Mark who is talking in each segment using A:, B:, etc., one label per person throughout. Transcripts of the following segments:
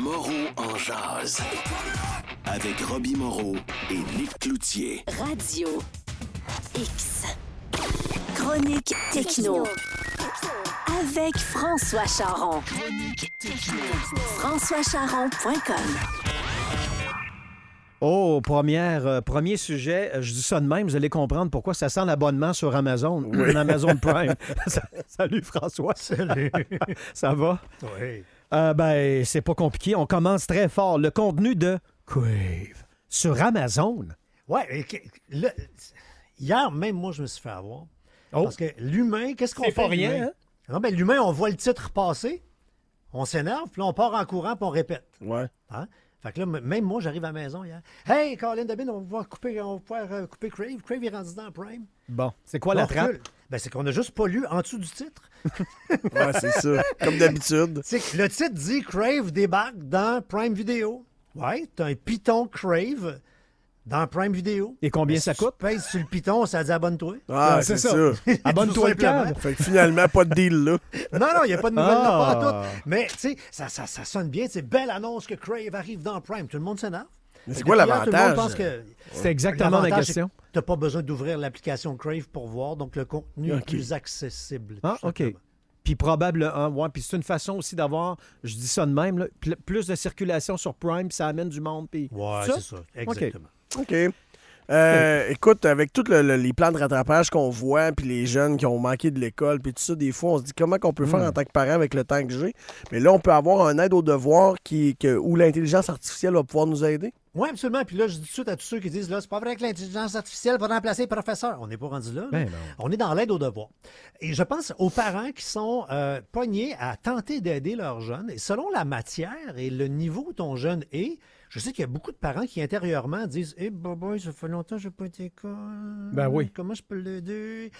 A: Moreau en jazz. Avec Robbie Moreau et Nick Cloutier.
B: Radio X. Chronique techno. Avec François Charon. FrançoisCharon.com.
C: Oh, première, euh, premier sujet. Euh, Je dis ça de même, vous allez comprendre pourquoi ça sent l'abonnement sur Amazon, en Amazon Prime. Ça- Salut François. Salut. ça va?
D: Oui.
C: Euh, ben, c'est pas compliqué. On commence très fort. Le contenu de Crave sur Amazon.
D: Ouais, et que- là, hier même, moi, je me suis fait avoir.
C: Oh.
D: Parce que l'humain, qu'est-ce qu'on
C: C'est
D: fait?
C: pas
D: l'humain?
C: rien, hein?
D: Non, ben, l'humain, on voit le titre passer, on s'énerve, puis là, on part en courant, puis on répète.
E: Ouais.
D: Hein? Fait que là, m- même moi, j'arrive à la maison hier. Hey, Colin Debin, on va pouvoir couper, on va pouvoir, euh, couper Crave. Crave est rendu dans Prime.
C: Bon, c'est quoi
D: On
C: la trappe?
D: recule. Ben, c'est qu'on a juste pas lu en dessous du titre.
E: Ouais, c'est ça. Comme d'habitude.
D: C'est que le titre dit Crave débarque dans Prime Video. Ouais, t'as un Python Crave dans Prime Video.
C: Et combien
D: Mais
C: ça
D: si tu
C: coûte?
D: pèses sur le Python, ça dit abonne-toi.
E: Ah,
C: Ouais,
E: c'est
C: c'est
E: ça.
C: Abonne-toi
D: Tout simplement.
C: câble.
E: Fait que finalement, pas de deal là.
D: Non, non, il n'y a pas de nouvelles
C: Ah.
D: là, pas en tout. Mais, tu sais, ça, ça, ça sonne bien. C'est belle annonce que Crave arrive dans Prime. Tout le monde s'énerve.
E: Mais c'est quoi
D: D'ailleurs, Tout le monde
E: l'avantage?
D: pense que.
C: C'est exactement la
D: l'avantage,
C: question.
D: c'est que T'as pas besoin d'ouvrir l'application Crave pour voir, donc le contenu
E: Ok.
D: est plus accessible. tout
C: Ah, OK.
D: simplement.
C: Puis probable, hein, ouais, puis c'est une façon aussi d'avoir, je dis ça de même, là, pl- plus de circulation sur Prime, ça amène du monde. Puis
D: Ouais, c'est ça. Exactement.
E: OK. Euh, écoute, avec tous le- le- les plans de rattrapage qu'on voit, puis les jeunes qui ont manqué de l'école, puis tout ça, des fois, on se dit comment qu'on peut faire
C: Hmm.
E: en tant que parent avec le temps que j'ai. Mais là, on peut avoir un aide au devoir qui, que, où l'intelligence artificielle va pouvoir nous aider.
D: Oui, absolument. Puis là, je dis tout de suite à tous ceux qui disent là, c'est pas vrai que l'intelligence artificielle va remplacer les professeurs. On n'est pas rendu là. là.
C: Ben non.
D: On est dans l'aide aux devoirs. Et je pense aux parents qui sont euh, pognés à tenter d'aider leurs jeunes. Et selon la matière et le niveau où ton jeune est, je sais qu'il y a beaucoup de parents qui intérieurement disent Eh, boy, ça fait longtemps que je n'ai pas été à l'école.
C: Ben oui.
D: Comment je peux l'aider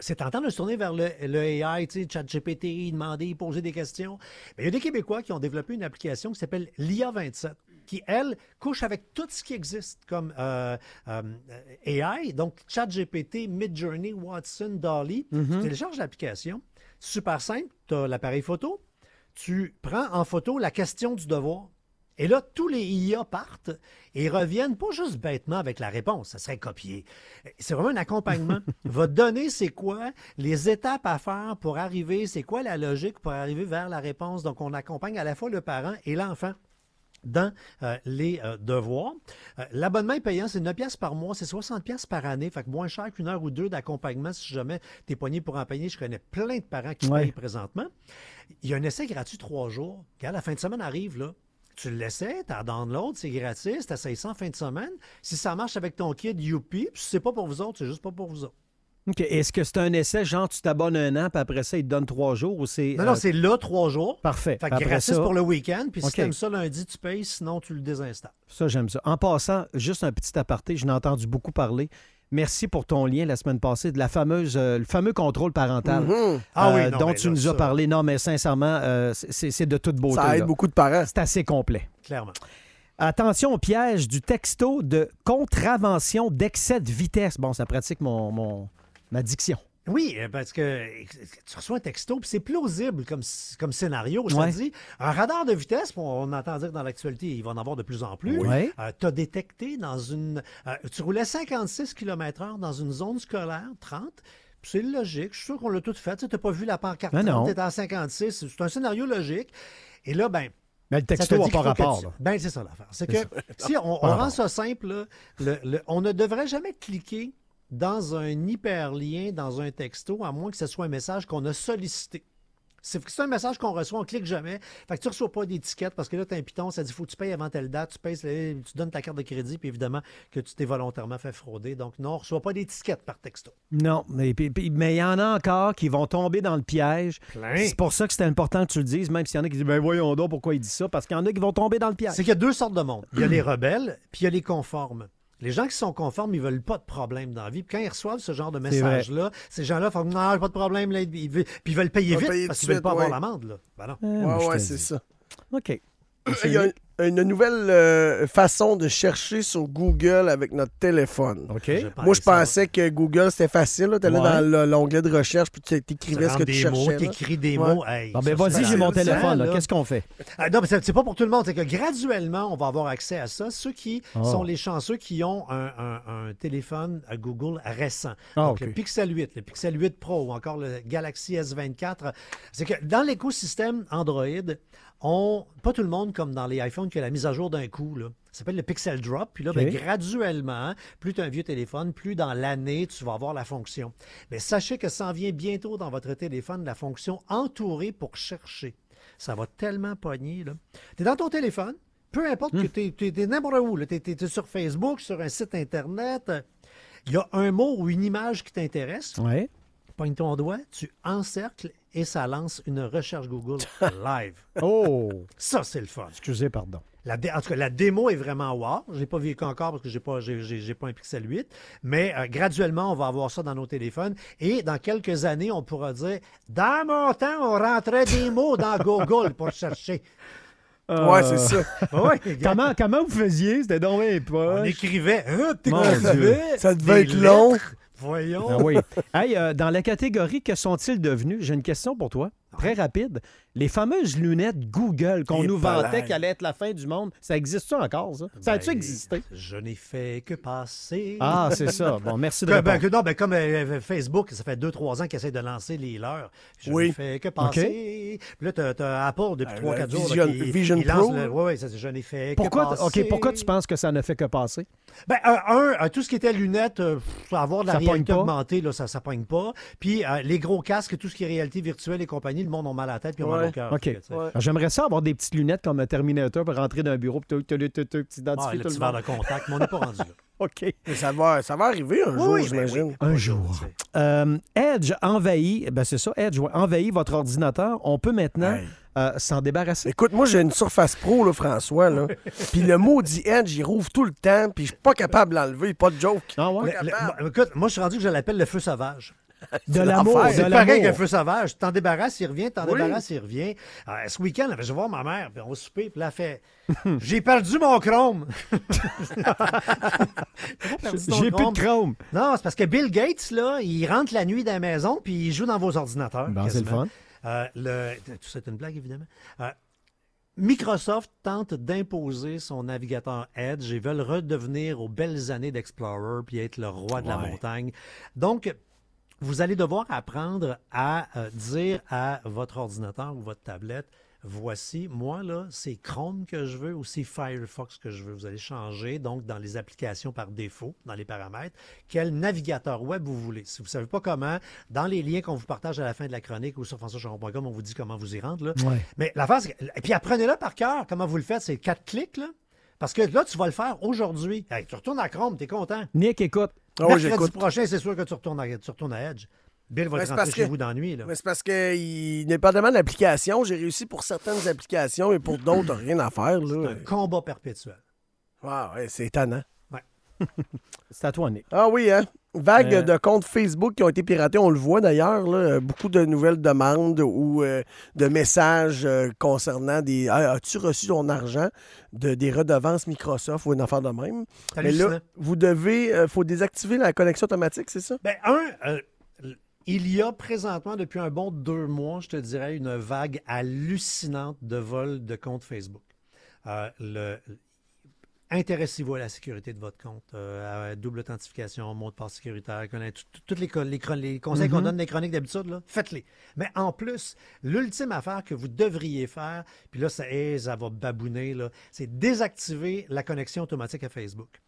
D: c'est tentant de se tourner vers le, le AI, tu sais, ChatGPT, demander, poser des questions. Mais il y a des Québécois qui ont développé une application qui s'appelle l'IA27, qui, elle, couche avec tout ce qui existe comme euh, euh, AI, donc ChatGPT, Midjourney, Watson, Dolly. Tu télécharges l'application. Super simple, tu as l'appareil photo, tu prends en photo la question du devoir. Et là, tous les IA partent et reviennent pas juste bêtement avec la réponse, ça serait copié. C'est vraiment un accompagnement. Va donner c'est quoi, les étapes à faire pour arriver, c'est quoi la logique pour arriver vers la réponse. Donc, on accompagne à la fois le parent et l'enfant dans euh, les euh, devoirs. Euh, L'abonnement est payant, c'est 9 pièces par mois, c'est 60 pièces par année, fait que moins cher qu'une heure ou deux d'accompagnement si jamais t'es poigné pour en payer. Je connais plein de parents qui
C: Ouais.
D: payent présentement. Il y a un essai gratuit trois jours. Regarde, la fin de semaine arrive, là. Tu l'essaies, t'en download, c'est gratis, t'essayes ça en fin de semaine. Si ça marche avec ton kid, youpi, puis si c'est pas pour vous autres, c'est juste pas pour vous autres.
C: OK. Est-ce que c'est un essai, genre tu t'abonnes un an, puis après ça, ils te donnent trois jours ou c'est.
D: Non,
C: euh,
D: non, c'est là trois jours.
C: Parfait.
D: Fait que
C: Après
D: gratis
C: ça-
D: pour le week-end, puis
C: OK.
D: si t'aimes ça lundi, tu payes, sinon tu le désinstalles.
C: Ça, j'aime ça. En passant, juste un petit aparté, je n'ai entendu beaucoup parler. Merci pour ton lien la semaine passée de la fameuse, euh, le fameux contrôle parental
D: Ah
C: euh,
D: oui, non,
C: dont
D: mais
C: tu
D: là,
C: nous as
D: ça-
C: parlé. Non, mais sincèrement, euh, c'est c'est de toute beauté.
E: Ça aide
C: là.
E: beaucoup de parents.
C: C'est assez complet.
D: Clairement.
C: Attention au piège du texto de contravention d'excès de vitesse. Bon, ça pratique mon, mon- ma diction.
D: Oui, euh, parce que euh, tu reçois un texto, puis c'est plausible comme, sc- comme scénario. Je
C: Ouais.
D: te dis, un radar de vitesse, puis on entend dire dans l'actualité, il va en avoir de plus en plus.
C: Oui.
D: tu as détecté dans une. euh, tu roulais 56 km/h dans une zone scolaire, 30. puis C'est logique, je suis sûr qu'on l'a tout fait. Tu n'as pas vu la pancarte,
C: Ben non.
D: tu en 56. C'est un scénario logique. Et là, ben,
C: Mais le
D: ça te
C: texto n'a
D: dit
C: pas
D: qu'il faut que
C: rapport.
D: tu-
C: là.
D: Ben, c'est ça l'affaire. C'est que si on, on
C: Pas
D: rend
C: rapport.
D: ça simple, là, le- le- on ne devrait jamais cliquer dans un hyperlien, dans un texto, à moins que ce soit un message qu'on a sollicité. C'est c'est un message qu'on reçoit, on clique jamais. Fait que tu reçois pas d'étiquette parce que là, tu as un piton, ça dit faut que tu payes avant telle date, tu payes, le- tu donnes ta carte de crédit, puis évidemment que tu t'es volontairement fait frauder. Donc non, on reçoit pas d'étiquette par texto.
C: Non, mais puis- puis- mais il y en a encore qui vont tomber dans le piège.
D: Plein.
C: C'est pour ça que c'était important que tu le dises, même s'il y en a qui disent Ben voyons donc pourquoi il dit ça, parce qu'il y en a qui vont tomber dans le piège.
D: C'est qu'il y a deux sortes de monde. Il y a les rebelles, puis il y a les conformes. Les gens qui sont conformes, ils veulent pas de problème dans la vie. Puis quand ils reçoivent ce genre de
C: vrai.
D: message-là, ces gens-là font Non, j'ai pas de problème. Là. Ils veulent- Puis ils veulent payer
E: Ils veulent
D: vite
E: payer
D: parce
E: tout
D: qu'ils
E: de
D: veulent pas
E: suite,
D: avoir
E: ouais.
D: l'amende. là. Ben non.
C: Ah, moi, je
E: Ouais,
C: te
E: ouais,
C: le
E: c'est
C: dis.
E: ça.
C: OK.
E: Il y a un- une nouvelle euh, façon de chercher sur Google avec notre téléphone.
C: OK.
E: Moi, je pensais que Google, c'était facile. Tu allais
C: Ouais.
E: dans le- l'onglet de recherche, puis tu
D: Tu
E: écrivais ce que tu
D: des mots,
E: cherchais. là.
D: t'écris des
E: Ouais.
D: mots. Hey,
C: Bon,
D: ça,
C: ben,
D: c'est
C: vas-y, j'ai mon
D: intéressant,
C: téléphone. là.
D: là.
C: Qu'est-ce qu'on fait?
D: Ah, non, mais c'est c'est pas pour tout le monde. C'est que graduellement, on va avoir accès à ça. Ceux qui
C: Oh.
D: sont les chanceux qui ont un, un- un téléphone à Google récent.
C: Ah,
D: Donc,
C: ok.
D: le Pixel 8, le Pixel 8 Pro ou encore le Galaxy S24. C'est que dans l'écosystème Android, on, pas tout le monde comme dans les iPhones qui a la mise à jour d'un coup. Là. Ça s'appelle le Pixel Drop. Puis là, ben,
C: Ok.
D: graduellement, hein, plus tu as un vieux téléphone, plus dans l'année, tu vas avoir la fonction. Mais sachez que s'en vient bientôt dans votre téléphone la fonction entourer pour chercher. Ça va tellement pogner. Tu es dans ton téléphone, peu importe que tu es, n'importe où. Tu es, sur Facebook, sur un site Internet. euh, Il y a un mot ou une image qui t'intéresse.
C: Oui.
D: Pogne ton doigt, tu encercles et ça lance une recherche Google live.
C: Oh,
D: Ça, c'est le fun.
C: excusez, pardon.
D: La dé- en tout cas, la démo est vraiment wow. Je l'ai pas vécu encore parce que j'ai pas, j'ai, j'ai- j'ai pas un Pixel 8. Mais euh, graduellement, on va avoir ça dans nos téléphones. Et dans quelques années, on pourra dire Dans mon temps, on rentrait des mots dans Google pour chercher.
E: Ouais,
D: Ah.
E: c'est ça.
D: Oui,
C: Comment, comment vous faisiez? C'était donc bien poche.
D: on écrivait. Hein,
C: Mon
D: t'écrivais
E: Ça devait
D: des
E: être long.
D: lettres. Voyons.
C: Ah oui. Hey, euh, dans la catégorie que sont-ils devenus? J'ai une question pour toi, très rapide. Les fameuses lunettes Google qu'on
E: Et
C: nous
E: palais.
C: vantait qu'elle allait être la fin du monde, ça existe-tu encore, ça? Ça a-tu
D: Ben,
C: existé?
D: Je n'ai fait que passer.
C: Ah, c'est ça. Bon, merci de
D: Que- ben,
C: répondre.
D: que non, ben, comme euh, Facebook, ça fait 2-3 ans qu'ils essaient de lancer les leurs. Je
E: Oui.
D: ne fais que passer. Puis là, t'as- t'as Apple depuis
C: Ben,
E: Euh,
D: 3-4 jours.
E: Vision-
D: là, qui-
E: Vision
D: il lance
E: Pro,
D: le-
E: là.
D: ouais, ouais, ça, c'est je n'ai fait que
C: Pourquoi,
D: passer.
C: OK, pourquoi tu penses que ça ne fait que passer?
D: Ben, euh, un, euh, tout ce qui était lunettes, euh, pff, avoir de la
C: Ça pogne
D: réalité
C: pas.
D: augmentée, là, ça ne pogne pas. Puis euh, les gros casques, tout ce qui est réalité virtuelle et compagnie, le monde ont mal à la tête puis on mal
E: Ouais.
D: au cœur.
C: OK.
D: Fait que, tu sais.
C: Alors, J'aimerais ça avoir des petites lunettes comme un Terminator pour rentrer dans un bureau, puis tu
D: Ah,
C: t'identifies
D: le
C: tout
D: petit
C: le
D: verre de
C: monde.
D: contact, mais on n'est pas rendu là.
C: OK.
E: Mais ça va, ça va arriver un jour,
D: Oui, oui, ben
E: j'imagine.
D: oui.
C: Un jour.
D: Tu sais.
C: Euh, Edge envahit, ben c'est ça, Edge ouais, envahit votre ordinateur. On peut maintenant
E: Hey.
C: euh, s'en débarrasser.
E: Écoute, moi, j'ai une surface pro, là, François. Là. Puis le maudit Edge, il rouvre tout le temps, puis je suis pas capable de l'enlever, pas de joke.
C: Ah ouais?
D: Le- le- moi- écoute, moi, je suis rendu que je l'appelle le feu sauvage.
C: De l'amour,
E: l'enfer.
C: de
D: C'est pareil
C: l'amour.
D: qu'un feu sauvage. T'en débarrasses, il revient, t'en
E: Oui.
D: débarrasses, il revient. Euh, ce week-end, là, je vais voir ma mère, puis on va souper, puis là, elle fait J'ai perdu mon chrome.
C: J'ai plus de chrome.
D: Non, c'est parce que Bill Gates, là, il rentre la nuit dans la maison, puis il joue dans vos ordinateurs.
C: Ben, c'est le
D: quasiment.
C: fun.
D: Euh, le- Tout ça est une blague, évidemment. Euh, Microsoft tente d'imposer son navigateur Edge et veulent redevenir aux belles années d'Explorer puis être le roi de la
E: Ouais.
D: montagne. Donc, vous allez devoir apprendre à euh, dire à votre ordinateur ou votre tablette voici, moi, là, c'est Chrome que je veux ou c'est Firefox que je veux. Vous allez changer, donc, dans les applications par défaut, dans les paramètres, quel navigateur web vous voulez. Si vous ne savez pas comment, dans les liens qu'on vous partage à la fin de la chronique ou sur françoischamon.com, on vous dit comment vous y rendre. Là.
C: Ouais.
D: Mais la phase, et puis apprenez-le par cœur, comment vous le faites, c'est quatre clics, là. Parce que là, tu vas le faire aujourd'hui. Hey, tu retournes à Chrome, t'es content.
C: Nick, écoute.
E: Ah oui,
D: Mercredi
E: j'écoute.
D: prochain, c'est sûr que tu retournes à, tu retournes à Edge. Bill va
E: Mais
D: te
E: c'est
D: rentrer
E: parce
D: chez
E: que-
D: vous dans la nuit. Là.
E: Mais c'est parce que, il, dépendamment de l'application, j'ai réussi pour certaines applications et pour d'autres, rien à faire. Là.
D: Combat perpétuel.
E: Ah, ouais, c'est étonnant.
C: C'est à toi, Nick.
E: Ah oui, hein? Vague
C: Euh.
E: de comptes Facebook qui ont été piratés, on le voit d'ailleurs, là, euh, beaucoup de nouvelles demandes ou euh, de messages euh, concernant des Ah, as-tu reçu ton argent de des redevances Microsoft ou une affaire de même.
D: C'est
E: Mais là,
D: hallucinant.
E: vous devez euh, faut désactiver la connexion automatique, c'est ça
D: Ben, un, euh, il y a présentement, depuis un bon deux mois, je te dirais, une vague hallucinante de vols de comptes Facebook. Euh, le- Intéressez-vous à la sécurité de votre compte, euh, à double authentification, mot de passe sécuritaire, tous les, co- les chron- les conseils qu'on donne dans les chroniques d'habitude, là, faites-les. Mais en plus, l'ultime affaire que vous devriez faire, puis là, ça, eh, ça va babouner, là, c'est désactiver la connexion automatique à Facebook.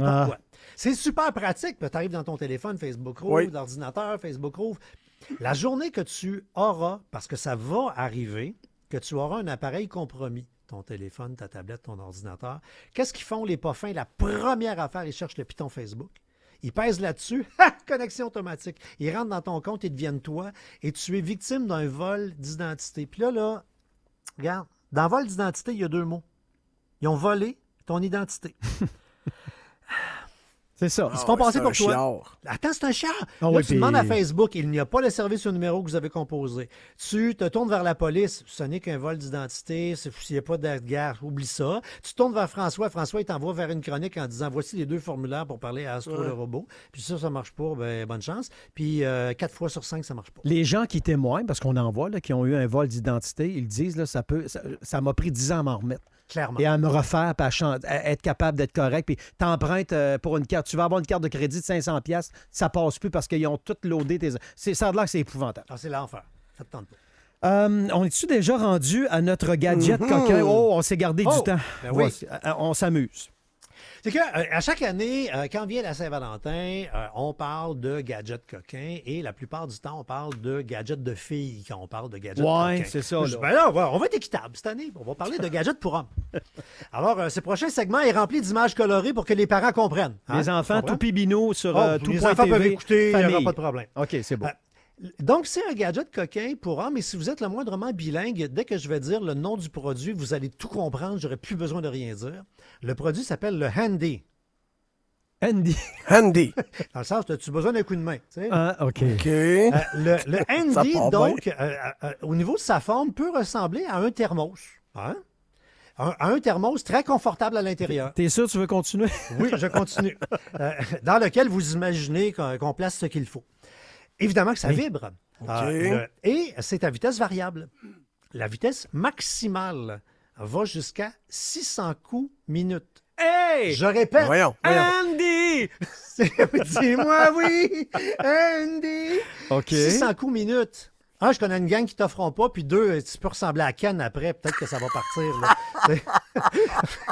C: Ah,
D: Pourquoi? C'est super pratique. Tu arrives dans ton téléphone, Facebook Rouvre,
E: Oui.
D: l'ordinateur, Facebook Rouvre. La journée que tu auras, parce que ça va arriver, que tu auras un appareil compromis, ton téléphone, ta tablette, ton ordinateur, qu'est-ce qu'ils font les pas fins? La première affaire, ils cherchent le piton Facebook. Ils pèsent là-dessus, Ha! connexion automatique. Ils rentrent dans ton compte, ils deviennent toi, et tu es victime d'un vol d'identité. Puis là, là, regarde, dans vol d'identité, il y a deux mots. Ils ont volé ton identité.
C: C'est ça.
D: Ils se
E: Ah
D: font
E: ouais,
D: passer
E: c'est
D: pour
E: un
D: toi.
E: chiard.
D: Attends, c'est un char.
C: Ah
D: là,
C: ouais,
D: tu
C: puis-
D: demandes à Facebook, il n'y a pas le service au numéro que vous avez composé. Tu te tournes vers la police, ce n'est qu'un vol d'identité, c'est- s'il n'y a pas de guerre, oublie ça. Tu te tournes vers François, François, il t'envoie vers une chronique en disant voici les deux formulaires pour parler à Astro le robot. Puis ça, ça marche pas, ben, bonne chance. Puis euh, quatre fois sur cinq, ça marche pas.
C: Les gens qui témoignent, parce qu'on en voit, là, qui ont eu un vol d'identité, ils disent, là, ça peut, ça- ça m'a pris 10 ans à m'en remettre.
D: Clairement.
C: Et à me refaire, puis à, chan- à être capable d'être correct. Puis t'empruntes euh, pour une carte. Tu vas avoir une carte de crédit de 500$, piastres, ça passe plus parce qu'ils ont tout loadé tes. C'est, ça a l'air que c'est épouvantable.
D: Alors, Ah, c'est l'enfer. Ça te tente pas.
C: Euh, on est-tu déjà rendu à notre gadget coquin? Oh, on s'est gardé
D: Oh,
C: du temps.
D: ben oui.
C: Voici. Euh, On s'amuse.
D: C'est que euh, à chaque année, euh, quand vient la Saint-Valentin, euh, on parle de gadgets coquins et la plupart du temps, on parle de gadgets de filles quand on parle de gadgets coquins.
C: Ouais, c'est ça,
D: Je
C: là.
D: dis, ben là, ouais, on va être équitable cette année. On va parler de gadgets pour hommes. Alors, euh, ce prochain segment est rempli d'images colorées pour que les parents comprennent. hein.
C: les enfants,
D: Tu comprends?
C: tout pibineau sur
D: Oh,
C: euh, tout
D: les
C: point
D: enfants peuvent
C: TV,
D: écouter, il n'y aura
C: famille.
D: pas de problème.
C: OK, c'est bon.
D: Euh, Donc, c'est un gadget coquin pour hommes, mais si vous êtes le moindrement bilingue, dès que je vais dire le nom du produit, vous allez tout comprendre, j'aurai plus besoin de rien dire. Le produit s'appelle le Handy.
C: Euh, Andy.
E: Handy.
D: Dans le sens, as-tu besoin d'un coup de main? tu sais?
C: Ah, OK.
E: OK.
D: Euh, le, le
E: Ça
D: Handy,
E: part bien.
D: donc, euh, euh, euh, au niveau de sa forme, peut ressembler à un thermos. Hein? Un, à un thermos très confortable à l'intérieur.
C: T'es sûr, tu veux continuer?
D: Oui, je continue. Euh, dans lequel vous imaginez qu'on qu'on place ce qu'il faut. Évidemment que ça vibre. Euh, le- et c'est à vitesse variable. La vitesse maximale va jusqu'à 600 coups minute.
C: Hey!
D: Je répète,
E: Voyons. voyons.
C: Andy!
D: dis-moi oui, Andy.
C: OK.
D: 600 coups minute. Un, je connais une gang qui t'offront pas, puis deux, tu peux ressembler à Ken après, peut-être que ça va partir. là.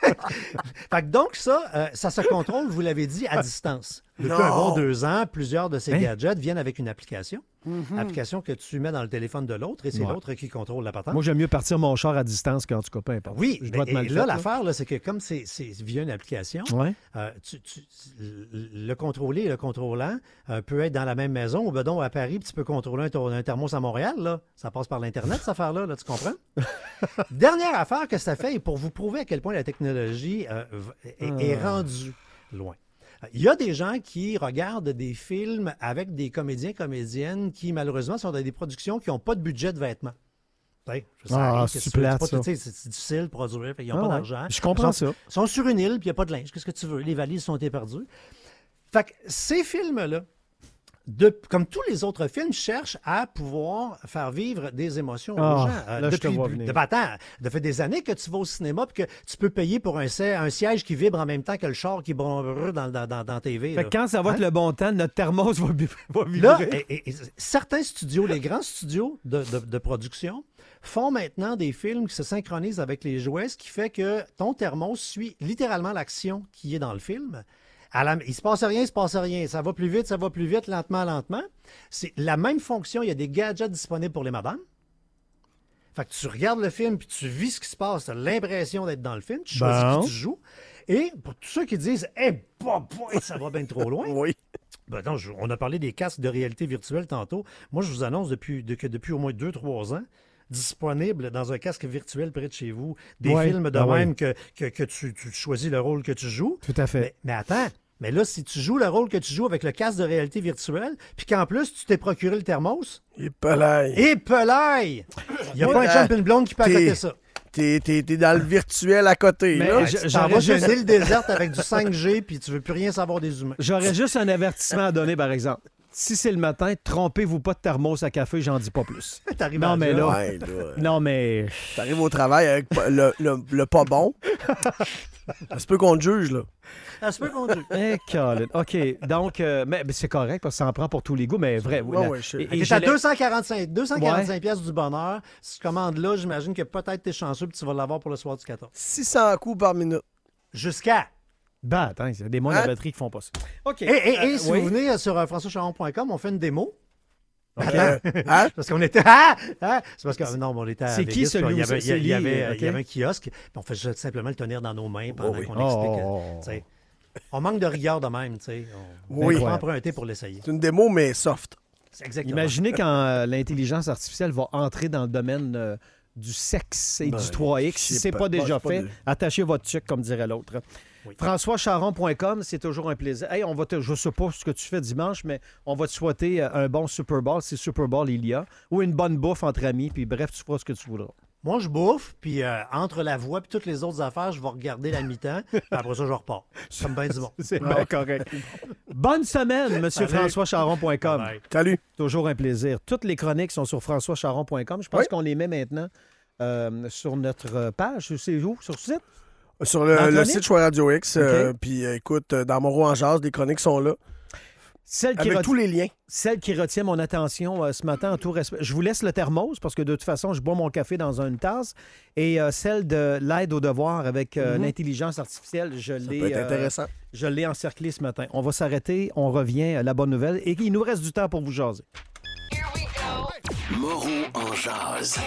D: fait que donc, ça, euh, ça se contrôle, vous l'avez dit, à distance. Depuis un bon deux ans, plusieurs de
C: Ben.
D: ces gadgets viennent avec une application. Application que tu mets dans le téléphone de l'autre, et c'est
C: Ouais.
D: l'autre qui contrôle la patente.
C: Moi, j'aime mieux partir mon char à distance qu'en tout cas, peu importe.
D: Oui,
C: je
D: mais-
C: dois être mal
D: et
C: fait,
D: là, l'affaire, là, c'est que comme c'est c'est via une application,
C: Ouais.
D: euh, tu- tu- le le contrôlé et le contrôlant euh, peut être dans la même maison. Au bedon, à Paris, puis tu peux contrôler un, tour- un thermos à Montréal. Là. Ça passe par l'Internet, cette affaire-là, là, tu comprends? Dernière affaire que ça fait, et pour vous prouver à quel point la technologie euh, v- est, est
C: Ah.
D: rendue loin. Il y a des gens qui regardent des films avec des comédiens, comédiennes qui, malheureusement, sont dans des productions qui n'ont pas de budget de vêtements. Tu sais, ça
C: Ah,
D: arrive, qu'est-ce
C: c'est
D: que tu veux?
C: plate,
D: pas-
C: ça.
D: tu sais, C'est c'est difficile de produire, fait qu'ils n'ont
C: Ah
D: pas
C: ouais.
D: d'argent.
C: Je comprends
D: Ils sont-
C: ça.
D: Ils sont sur une île, puis il n'y a pas de linge. Qu'est-ce que tu veux? Les valises sont éperdues. Fait que ces films-là, de- comme tous les autres films, cherchent à pouvoir faire vivre des émotions aux
C: Ah,
D: gens. Euh,
C: là, je te
D: depuis-
C: vois venir.
D: de- ben, attends, ça fait des années que tu vas au cinéma puis que tu peux payer pour un, si- un siège qui vibre en même temps que le char qui brrr dans, dans, dans, dans TV.
C: Fait
D: là.
C: que quand ça va
D: Hein?
C: être le bon temps, notre thermos va, bu- va vibrer.
D: Là, et- et- et certains studios, les grands studios de, de- de production, font maintenant des films qui se synchronisent avec les jouets, ce qui fait que ton thermos suit littéralement l'action qui est dans le film. À la- il se passe rien, il se passe rien. Ça va plus vite, ça va plus vite, lentement, lentement. C'est la même fonction. Il y a des gadgets disponibles pour les madames. Fait que tu regardes le film puis tu vis ce qui se passe, t'as l'impression d'être dans le film, tu choisis
C: Bon.
D: qui tu joues. Et pour tous ceux qui disent, eh, bah, bah, ça va bien trop loin.
E: Oui.
D: Ben non, je- on a parlé des casques de réalité virtuelle tantôt. Moi, je vous annonce depuis, de- que depuis au moins 2-3 ans, disponible dans un casque virtuel près de chez vous, des
C: Ouais,
D: films de
C: ben
D: même
C: oui.
D: que, que, que tu, tu choisis le rôle que tu joues.
C: Tout à fait.
D: Mais, mais attends, mais là, si tu joues le rôle que tu joues avec le casque de réalité virtuelle, puis qu'en plus, tu t'es procuré le thermos,
E: Il est pas là.
C: Oh.
D: et pelaille! Il n'y a pas un
C: euh,
E: Ah,
D: champ une blonde qui peut accoter
E: t'es-
D: ça.
E: T'es t'es- t'es dans le virtuel à côté.
C: Mais
E: là.
C: je-
D: Tu t'en
C: j'aurais
D: vas sur
C: juste-
D: une île déserte avec du 5G, puis tu veux plus rien savoir des humains.
C: J'aurais juste un avertissement à donner, par exemple. Si c'est le matin, trompez-vous pas de thermos à café, j'en dis pas plus.
D: T'arrives
C: Non,
D: à
C: mais
D: la job.
C: là-
E: Ouais, là.
C: Non, mais.
E: T'arrives au travail avec pas- le, le- le pas bon. Ça se peut qu'on te juge, là.
D: Ça se peut qu'on dise.
C: Eh, Colin. OK. Donc, euh, mais, mais c'est correct parce que ça en prend pour tous les goûts, mais vrai. oui,
E: Ouais,
C: la-
E: ouais, je-
C: et-
E: Fait
C: et
D: T'es à
C: j'allais-
D: 245, 245
C: Ouais.
D: pièces du bonheur. Si tu commandes là, j'imagine que peut-être t'es chanceux puis tu vas l'avoir pour le soir du 14.
E: 600 coups par minute.
D: Jusqu'à.
C: Ben, attends, il y a des moines à
E: Hein?
C: batterie qui font pas ça. Eh, OK.
D: Et, et, et, si
C: oui.
D: vous venez euh, sur euh, françoischaron.com, on fait une démo.
E: Hein? Hein?
D: Parce qu'on était. Ah! Ah! C'est parce que. Non, mais on était à
C: C'est qui
D: Vegas,
C: celui
D: puis Il y
C: où
D: avait,
C: c'est-
D: il y a- il y
C: c'est
D: avait,
C: lié,
D: euh, il y
C: ok.
D: avait un kiosque. Puis on fait juste simplement le tenir dans nos mains pendant
E: oui.
D: qu'on
C: Oh,
D: explique.
C: oh, oh.
D: euh, tu sais. On manque de rigueur de même. tu sais. On
E: Oui.
D: on peut emprunter pour l'essayer.
E: C'est une démo, mais soft.
D: C'est exactement.
C: Imaginez quand euh, l'intelligence artificielle va entrer dans le domaine euh, du sexe et
E: Ben,
C: du 3X. Si
E: je sais
C: c'est
E: pas.
C: pas,
E: Ben,
C: déjà
E: c'est pas
C: fait,
E: de-
C: attachez votre tuque, comme dirait l'autre. FrançoisCharron.com, c'est toujours un plaisir. Hey, on va te, je sais pas ce que tu fais dimanche, mais on va te souhaiter euh, un bon Super Bowl, si Super Bowl il y a, ou une bonne bouffe entre amis, puis bref, tu feras ce que tu voudras.
D: Moi, je bouffe, puis euh, entre la voix et toutes les autres affaires, je vais regarder la mi-temps, puis après ça, je repars. Comme ben du monde.
C: C'est
E: Ah
C: bien correct. Bonne semaine, Monsieur FrançoisCharron.com.
D: Bye.
E: Salut.
C: Toujours un plaisir. Toutes les chroniques sont sur françoischaron.com. Je pense
E: Oui.
C: qu'on les met maintenant euh, sur notre page. C'est où? Sur le site?
E: Sur
C: Dans
E: le, le
C: Chronique?
E: site Choix Radio X. euh, puis euh, écoute, euh, dans Moreau en Jazz, les chroniques sont là.
C: Celle qui,
E: Avec
C: ret-
E: tous les liens.
C: celle qui retient mon attention euh, ce matin en tout respect. Je vous laisse le thermos parce que de toute façon, je bois mon café dans une tasse. Et euh, celle de l'aide au devoir avec euh, l'intelligence artificielle, je
E: Mhm. Ça peut
C: l'ai
E: être
C: euh,
E: intéressant.
C: je l'ai encerclée ce matin. On va s'arrêter, on revient à la bonne nouvelle. Et il nous reste du temps pour vous jaser.
A: Moreau en jazz.